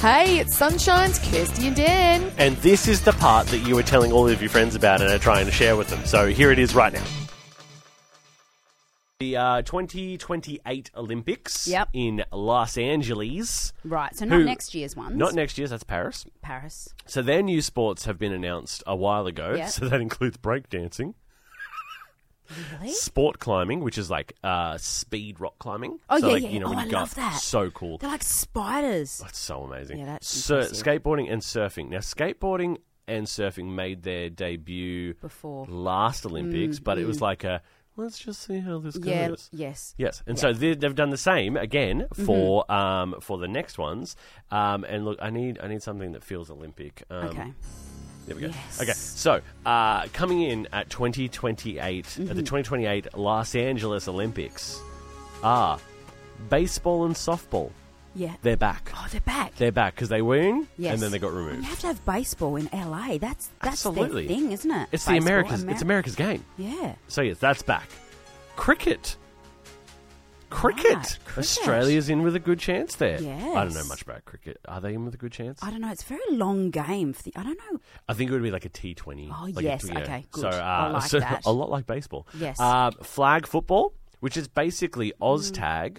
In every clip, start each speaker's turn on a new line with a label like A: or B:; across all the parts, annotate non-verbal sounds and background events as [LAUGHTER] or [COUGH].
A: Hey, it's Sunshine's Kirsty and Dan.
B: And this is the part that you were telling all of your friends about and are trying to share with them. So here it is right now. The uh, 2028 Olympics
C: Yep.
B: in Los Angeles.
C: Right, so not
B: Who-
C: next year's ones.
B: Not next year's, that's Paris.
C: Paris.
B: So their new sports have been announced a while ago.
C: Yeah.
B: So that includes breakdancing,
C: Really?
B: sport climbing, which is like uh, speed rock climbing.
C: Oh,
B: so
C: yeah,
B: like,
C: yeah,
B: you know,
C: yeah.
B: when
C: Oh,
B: you
C: I
B: go
C: love
B: up,
C: that.
B: So cool.
C: They're like spiders.
B: That's so amazing.
C: Yeah, that's
B: Sur-
C: impressive.
B: skateboarding and surfing. Now, skateboarding and surfing made their debut
C: Before. Mm,
B: last Olympics, but it was like a let's just see how this
C: Yeah, Mm-hmm.
B: goes.
C: yes.
B: Yes, and so they, they've done the same again for um, for the next ones. Um, and look, I need I need something that feels Olympic. Um,
C: okay.
B: There we go.
C: Yes.
B: Okay, so uh, coming in at 2028, at
C: Mm-hmm.
B: the 2028 Los Angeles Olympics, are baseball and softball.
C: Yeah.
B: They're back.
C: oh, they're back.
B: They're back because they were in,
C: Yes.
B: and then they got
C: you
B: removed.
C: have to have baseball in LA. That's that's
B: Absolutely.
C: their thing, isn't it?
B: It's the
C: Baseball,
B: America's.
C: Ameri-
B: it's America's game.
C: Yeah.
B: So yes, that's back. Cricket. Cricket.
C: Right, cricket.
B: Australia's in with a good chance there. I don't know
C: Yes.
B: much about cricket. Are they in with a good chance?
C: I don't know. It's a very long game. For the, I don't know.
B: I think it would be like a T twenty.
C: Oh,
B: like a
C: yes,
B: Twitter.
C: okay, good.
B: So, uh,
C: I like
B: so
C: that.
B: [LAUGHS] a lot like baseball.
C: Yes. Mm.
B: Uh, flag football, which is basically OzTag,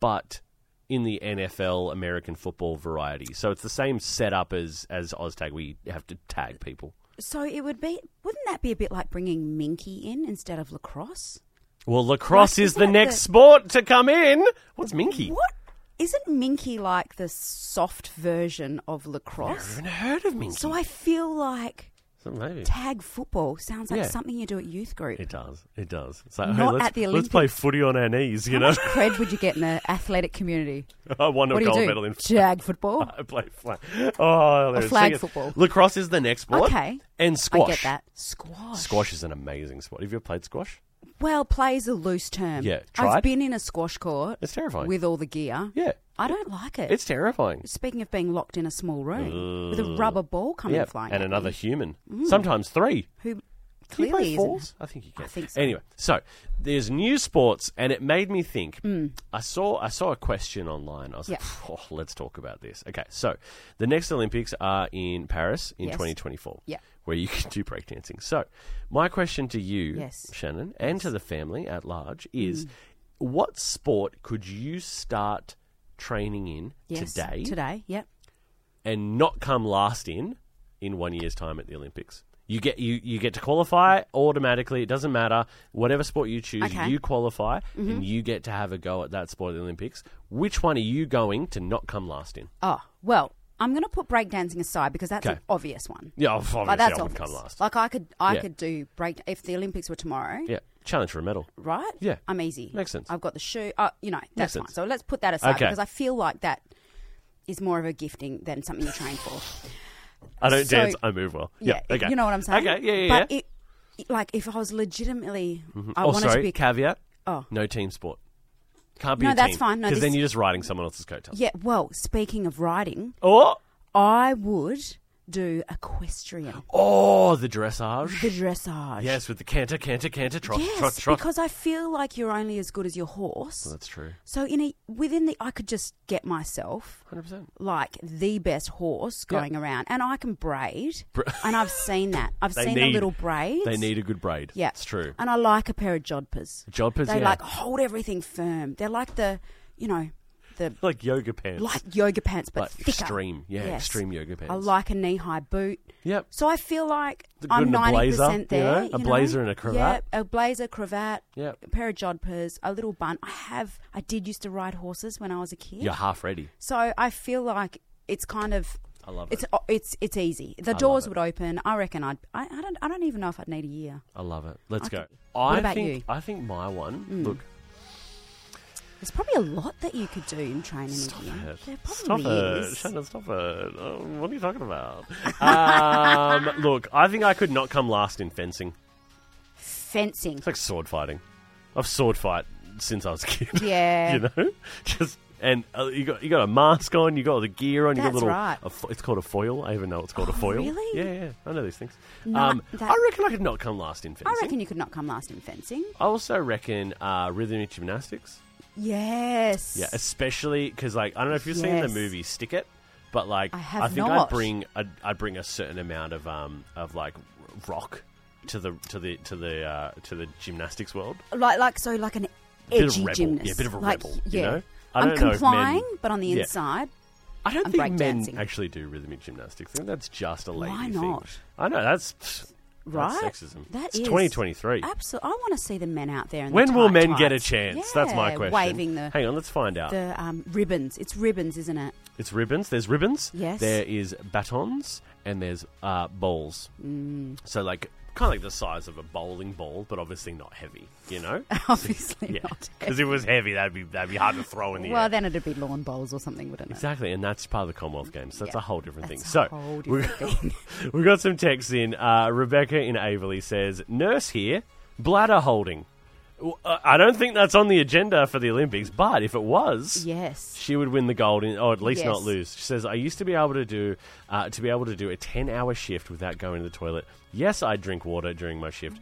B: but in the NFL American football variety. So it's the same setup as as OzTag. We have to tag people.
C: So it would be. Wouldn't that be a bit like bringing Minky in instead of lacrosse?
B: Well, lacrosse
C: Like,
B: is
C: is
B: the
C: that
B: next
C: the-
B: sport to come in. What's Minky?
C: What isn't Minky like the soft version of lacrosse?
B: I've never heard of Minky.
C: So I feel like
B: So maybe.
C: tag football sounds like
B: Yeah.
C: something you do at youth group.
B: It does. It does. It's like,
C: Not
B: hey, let's,
C: at the
B: let's
C: Olympics.
B: play footy on our knees, you
C: How
B: know?
C: much cred would you get in the athletic community?
B: [LAUGHS] I won a
C: What do
B: gold
C: you
B: medal
C: do? [LAUGHS]
B: in Uh,
C: Tag football.
B: I play flag. Oh, there it is.
C: flag
B: Sing it.
C: football.
B: Lacrosse is the next sport.
C: Okay.
B: And squash.
C: I get that. Squash.
B: Squash is an amazing sport. Have you ever played squash?
C: Well, play is a loose term.
B: Yeah, tried?
C: I've been in a squash court
B: It's terrifying.
C: with all the gear.
B: yeah.
C: I don't like it.
B: It's terrifying.
C: Speaking of being locked in a small room with a rubber ball coming
B: Yeah.
C: flying,
B: And
C: at
B: another
C: me, Mm.
B: human. Sometimes three.
C: who
B: Can you play
C: clearly isn't.
B: fours? I think you can.
C: I think so.
B: Anyway, so there's new sports, and it made me think. I saw I saw a question online. I was like,
C: Hmm. Yeah.
B: [LAUGHS] "Oh, let's talk about this. Okay, so the next Olympics are in Paris in
C: Yes.
B: 2024.
C: Yeah.
B: Where you [LAUGHS] can do breakdancing. So, my question to you,
C: Yes. Hmm.
B: Shannon, and to the family at large is what sport could you start training in
C: Yes,
B: today
C: Today, yep.
B: and not come last in in one year's time at the Olympics. You get you, you get to qualify automatically. It doesn't matter whatever sport you choose.
C: Okay. Mm-hmm.
B: You qualify and you get to have a go at that sport at the Olympics. Which one are you going to not come last in?
C: Oh well, I'm going to put breakdancing aside because that's an
B: Okay.
C: obvious one.
B: Yeah, obviously
C: Like that's
B: I wouldn't
C: obvious.
B: come last.
C: Like I could, I
B: Yeah.
C: could do break if the Olympics were tomorrow,
B: yeah, challenge for a medal.
C: right?
B: Yeah.
C: I'm easy.
B: Makes sense.
C: I've got the shoe. Uh, you know,
B: Makes
C: that's
B: sense.
C: fine. So let's put that aside
B: Okay.
C: because I feel like that is more of a gifting than something you train
B: [LAUGHS]
C: for.
B: I don't
C: So-
B: dance. I move well. Yeah. okay.
C: You know what I'm saying?
B: Okay. Yeah. Yeah.
C: But
B: yeah.
C: it, it- like if I was legitimately, I
B: oh,
C: wanted
B: sorry.
C: to be.
B: Caveat.
C: Oh.
B: No team sport. Can't be
C: No,
B: a team.
C: that's fine. No,
B: Because then
C: this-
B: you're just riding someone else's coattail.
C: yeah. Well, speaking of riding,
B: Oh.
C: I would do equestrian,
B: Oh, the dressage.
C: the dressage.
B: Yes, with the canter, canter, canter, trot,
C: Yes,
B: trot, trot.
C: because I feel like you're only as good as your
B: Well,
C: horse.
B: that's true.
C: So in a within the, I could just get myself
B: 100%.
C: like the best horse
B: Yeah.
C: going around, and I can braid. and I've seen
B: [LAUGHS]
C: that. I've
B: They
C: seen the
B: need-
C: little braids.
B: They need a good braid.
C: Yeah,
B: It's true.
C: And I like a pair of jodhpurs.
B: Jodhpurs,
C: They
B: yeah.
C: like hold everything firm. They're like the, you know, the
B: [LAUGHS] Like yoga pants.
C: like yoga pants, but
B: Like
C: thicker.
B: extreme. Yeah, extreme yoga
C: I
B: pants.
C: like a knee-high boot.
B: Yep.
C: So I feel like
B: The good
C: I'm
B: and a
C: ninety
B: blazer, you
C: percent there.
B: know? A
C: you
B: blazer and a cravat.
C: Yeah, a blazer, cravat,
B: Yep.
C: a pair of jodhpurs, a little bun. I have. I did used to ride horses when I was a kid.
B: You're half ready.
C: So I feel like it's kind of.
B: I love
C: It's
B: it.
C: it's it's easy. The
B: Oh, love
C: doors
B: it.
C: would open. I reckon I'd. I, I don't. I don't even know if I'd need a year.
B: I love it. Let's
C: I
B: go.
C: think-
B: I
C: What about
B: think
C: you? Mm.
B: I think my one. Look,
C: There's probably a lot that you could do in training.
B: stop
C: in here.
B: it.
C: There
B: Stop
C: probably
B: it.
C: is.
B: Shannon, stop it. Um, what are you talking about? um, [LAUGHS] look, I think I could not come last in fencing. [LAUGHS]
C: Fencing.
B: It's like sword fighting. I've sword fight since I was a kid.
C: Yeah.
B: you know, [LAUGHS] just and uh, you got you got a mask on, you got all the gear on, you got a
C: That's
B: little.
C: right.
B: a fo- it's called a foil. I even know it's called a
C: Oh,
B: foil.
C: really?
B: Yeah, yeah. I know these things.
C: No,
B: um,
C: that-
B: I reckon I could not come last in
C: I
B: fencing.
C: reckon you could not come last in fencing.
B: I also reckon uh, rhythmic gymnastics.
C: Yes.
B: Yeah, especially because like I don't know if you've seen the
C: Yes.
B: movie Stick It, but like
C: I have
B: think
C: not.
B: I bring I'd, I'd bring a certain amount of um of like rock to the to the to the uh, to the gymnastics world.
C: Like, like so, like an
B: Bit of
C: edgy
B: rebel.
C: gymnast.
B: Yeah, bit of a
C: like,
B: rebel, you
C: Yeah.
B: know? I
C: I'm
B: don't know if men-
C: complying, but on the
B: Yeah.
C: inside,
B: I don't
C: And
B: think men
C: breakdancing.
B: actually do rhythmic gymnastics. I think that's just a lady
C: Why
B: thing.
C: not?
B: I know that's pfft,
C: right?
B: That's sexism.
C: That
B: it's
C: is-
B: 2023.
C: Absolutely. I want to see the men out there. In the
B: When will
C: tight
B: men get a
C: tights.
B: chance?
C: Yeah,
B: that's my question.
C: Waving the
B: Hang on, let's find out.
C: the um, ribbons. It's ribbons, isn't it? [LAUGHS]
B: It's ribbons. There's ribbons.
C: Yes.
B: There is batons and there's uh, bowls. Mm. So like kind of like the size of a bowling ball, but obviously not heavy. You know?
C: [LAUGHS] Obviously not.
B: Because if it was heavy, that'd be that'd be hard to throw in the
C: Well,
B: air.
C: then it'd be lawn bowls or something, wouldn't it?
B: Exactly, and that's part of the Commonwealth Games. That's
C: Yeah.
B: a whole different
C: That's
B: thing.
C: a
B: So
C: whole
B: we-
C: different
B: [LAUGHS]
C: thing.
B: we got some texts in. Uh, Rebecca in Averley says, "Nurse here, bladder holding." W- uh, I don't think that's on the agenda for the Olympics, but if it was,
C: Yes.
B: she would win the gold, in, or at least not
C: Yes.
B: lose. She says, "I used to be able to do uh, to be able to do a ten-hour shift without going to the toilet. Yes, I drink water during my shift.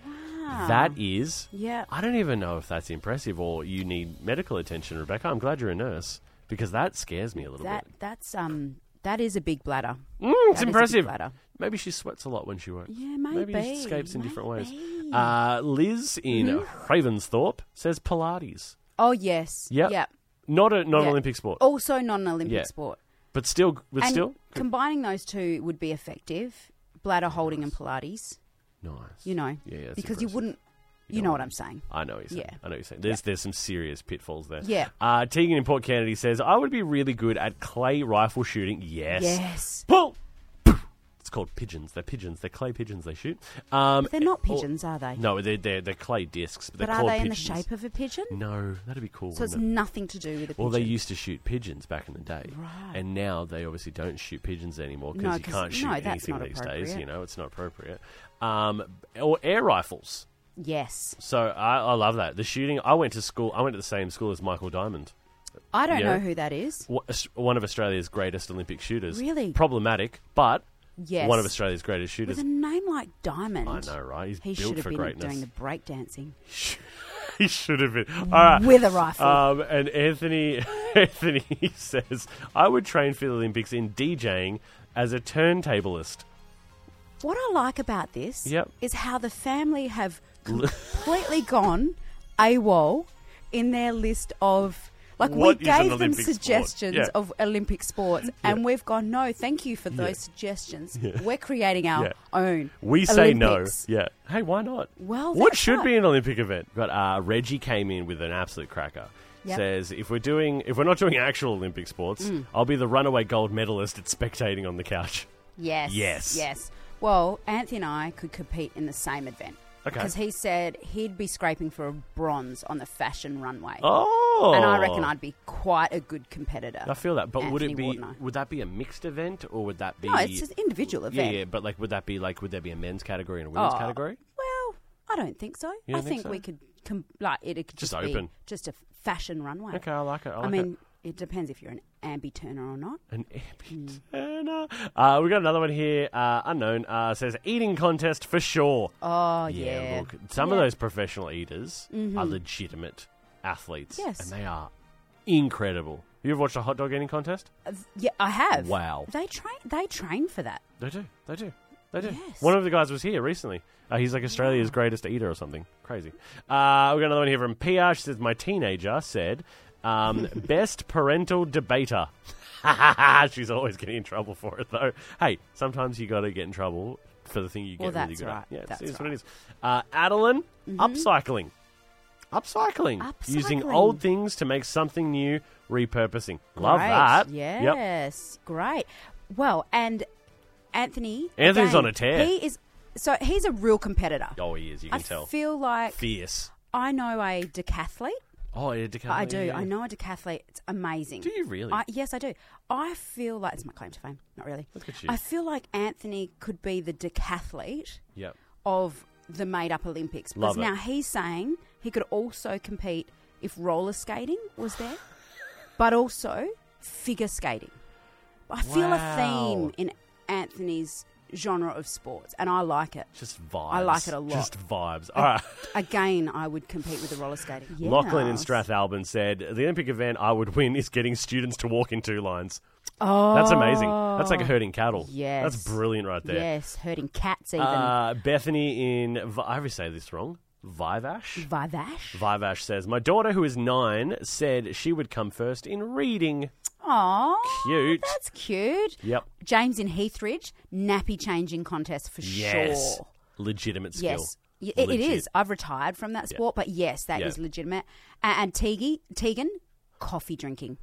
B: That is,
C: Yeah.
B: I don't even know if that's impressive or you need medical attention, Rebecca. I'm glad you're a nurse because that scares me a little
C: That
B: bit.
C: that's um that is a big bladder.
B: Mm,
C: That
B: it's
C: is a big
B: impressive.
C: bladder.
B: Maybe she sweats a lot when she works.
C: Yeah,
B: Maybe
C: maybe,
B: it escapes in different ways.
C: maybe.
B: Uh, Liz in
C: Mm-hmm.
B: Ravensthorpe says Pilates.
C: Oh yes.
B: Yep.
C: Yep.
B: Not a not an
C: Yeah.
B: Olympic sport,
C: Also non Olympic
B: Yeah.
C: sport.
B: but still, but
C: and
B: still
C: combining those two would be effective. Bladder holding and Pilates.
B: nice.
C: You know.
B: Yeah, yeah, it's
C: because
B: impressive.
C: you wouldn't you,
B: don't
C: know what
B: want to-
C: I'm saying.
B: I know what you're saying.
C: Yeah.
B: I know what you're saying. There's there's some serious pitfalls there.
C: Yeah.
B: Uh, Tegan in Port Kennedy says I would be really good at clay rifle shooting. Yes.
C: Yes.
B: Well, it's called pigeons. They're pigeons. They're clay pigeons. They shoot. Um,
C: They're not
B: or-
C: pigeons, are they?
B: No, they're they're, they're clay discs. But,
C: But
B: they're
C: are
B: called
C: they in the
B: pigeons.
C: shape of a pigeon?
B: No, that'd be cool.
C: So it's
B: wouldn't it?
C: nothing to do with a pigeon.
B: Well, they used to shoot pigeons back in the day,
C: Right.
B: and now they obviously don't shoot pigeons anymore because
C: No,
B: you
C: 'cause-
B: can't shoot
C: no, that's
B: anything
C: not
B: these days.
C: appropriate.
B: You know, it's not appropriate. Um, or air rifles.
C: yes.
B: So I, I love that the shooting. I went to school. I went to the same school as Michael Diamond,
C: I don't
B: Yeah.
C: know who that is.
B: wha- one of Australia's greatest Olympic shooters.
C: Really?
B: problematic, but
C: Yes.
B: one of Australia's greatest
C: With
B: shooters.
C: a name like Diamond.
B: I know, right? He's
C: He should
B: built
C: have
B: for
C: been
B: greatness.
C: doing the breakdancing
B: [LAUGHS] he should have been. All right.
C: with a rifle.
B: Um, and Anthony, [LAUGHS] Anthony says, I would train for the Olympics in DJing as a turntablist.
C: what I like about this
B: Yep.
C: is how the family have
B: [LAUGHS]
C: completely gone AWOL in their list of. Like,
B: What
C: we
B: is an
C: gave them
B: Olympic sport?
C: suggestions
B: Yeah.
C: of Olympic sports, and we've gone, no, thank you for those suggestions. We're creating our
B: Yeah.
C: own.
B: We say
C: Olympics."
B: no. Yeah. Hey, why not?
C: Well,
B: what
C: that's
B: should
C: right.
B: be an Olympic event? But uh, Reggie came in with an absolute cracker.
C: Yep. Mm.
B: Says if we're doing if we're not doing actual Olympic sports, I'll be the runaway gold medalist at spectating on the couch.
C: Yes.
B: Yes.
C: Yes. Well, Anthony and I could compete in the same event.
B: Okay.
C: Because he said he'd be scraping for a bronze on the fashion runway.
B: Oh,
C: [LAUGHS] And I reckon I'd be quite a good competitor.
B: I feel that, but would it
C: Anthony
B: be
C: Wardner.
B: would that be a mixed event or would that be?
C: No, it's an individual
B: yeah,
C: event.
B: yeah, but like, would that be like, would there be a men's category and a women's
C: Oh,
B: category?
C: Well, I don't think so.
B: You don't
C: I
B: think
C: think
B: so?
C: we could, com- like, it could
B: Just
C: just, be
B: open.
C: just a fashion runway.
B: Okay, I like it. I,
C: I,
B: like
C: mean, it. depends if you're an ambi turner or not.
B: it. an
C: hmm.
B: epic turner. Uh, we got another one here. Uh, unknown uh, says eating contest for sure.
C: Oh, yeah.
B: look, some
C: Yeah.
B: of
C: Mm-hmm.
B: those professional eaters are legitimate athletes.
C: Yes.
B: and they are incredible. You ever watched a hot dog eating contest?
C: Uh, Yeah, I have.
B: Wow.
C: They train, they train for that.
B: They do. They do. They do.
C: Yes.
B: One of the guys was here recently. Uh, he's like Australia's greatest eater or something. Crazy. Uh, we got another one here from PR. She says, My teenager said,
C: [LAUGHS]
B: um, best parental debater. [LAUGHS] She's always getting in trouble for it, though. Hey, sometimes you got to get in trouble for the thing you get
C: Well,
B: really
C: that's
B: good
C: right.
B: at. Yeah, it's-
C: That's
B: it's what
C: right. Mm-hmm.
B: it is. Uh, Adeline, upcycling. upcycling. Using
C: Upcycling.
B: old things to make something new, repurposing. Love
C: Great.
B: that. Yep.
C: Yes. Great. Well, and Anthony.
B: Anthony's
C: again,
B: on a tear.
C: He is. So he's a real competitor.
B: Oh, he is. You
C: I
B: can tell.
C: feel like
B: Fierce.
C: I know a decathlete.
B: Oh, yeah, decathlon.
C: I do.
B: yeah, yeah.
C: I know a decathlete. It's amazing.
B: Do you really?
C: I, yes, I do. I feel like it's my claim to fame. Not really.
B: Look at you.
C: I feel like Anthony could be the decathlete
B: Yep.
C: of the made-up Olympics.
B: Love
C: Because
B: it.
C: now he's saying he could also compete if roller skating was there, but also figure skating. I feel
B: Wow.
C: a theme in Anthony's genre of sports, and I like it.
B: Just vibes.
C: I like it a lot.
B: Just vibes. All
C: [LAUGHS]
B: right.
C: Again, I would compete with the roller skating. Yes.
B: Lachlan in Strathalbyn said, The Olympic event I would win is getting students to walk in two lines.
C: Oh,
B: That's amazing. That's like herding cattle.
C: Yes.
B: That's brilliant right [LAUGHS] there.
C: Yes, herding cats even.
B: Uh, Bethany in, Vi- I always say this wrong, Vivash?
C: Vivash.
B: Vivash says, My daughter, who is nine, said she would come first in reading.
C: Aw,
B: Cute.
C: That's cute.
B: Yep.
C: James in Heathridge, nappy changing contest for
B: Yes.
C: sure.
B: Legitimate skill.
C: Yes. Y- It, it
B: Legit.
C: is. I've retired from that sport, but yes, that is
B: Yeah.
C: legitimate. And, and Teagy, Tegan, coffee drinking.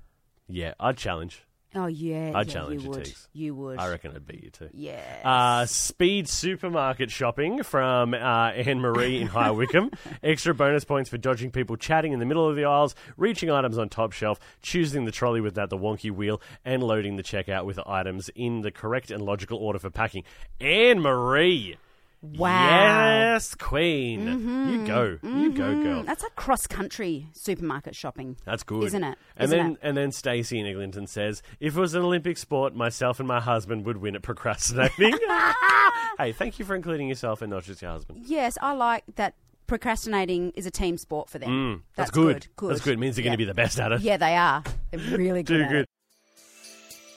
B: Yeah, I'd challenge.
C: Oh yeah,
B: I'd
C: yeah, you
B: challenge you,
C: would.
B: Teags.
C: You would.
B: I reckon I'd beat you too.
C: yeah.
B: Uh, speed supermarket shopping from uh, Anne Marie in High Wycombe. Extra bonus points for dodging people chatting in the middle of the aisles, reaching items on top shelf, choosing the trolley without the wonky wheel, and loading the checkout with items in the correct and logical order for packing. Anne Marie.
C: Wow.
B: Yes, Queen. You go. You go, girl.
C: Mm, that's like cross country supermarket shopping.
B: That's good,
C: Isn't it?
B: And
C: Isn't
B: then
C: it?
B: and then Stacey in Eglinton says, if it was an Olympic sport, myself and my husband would win
C: [LAUGHS]
B: at procrastinating. [LAUGHS] hey, thank you for including yourself and not just your husband.
C: Yes, I like that. Procrastinating is a team sport for them.
B: Mm, That's, good.
C: Good.
B: That's good. It means they're going to be the best at it.
C: Yeah, they are. They're really good.
B: [LAUGHS] Too
C: at
B: good.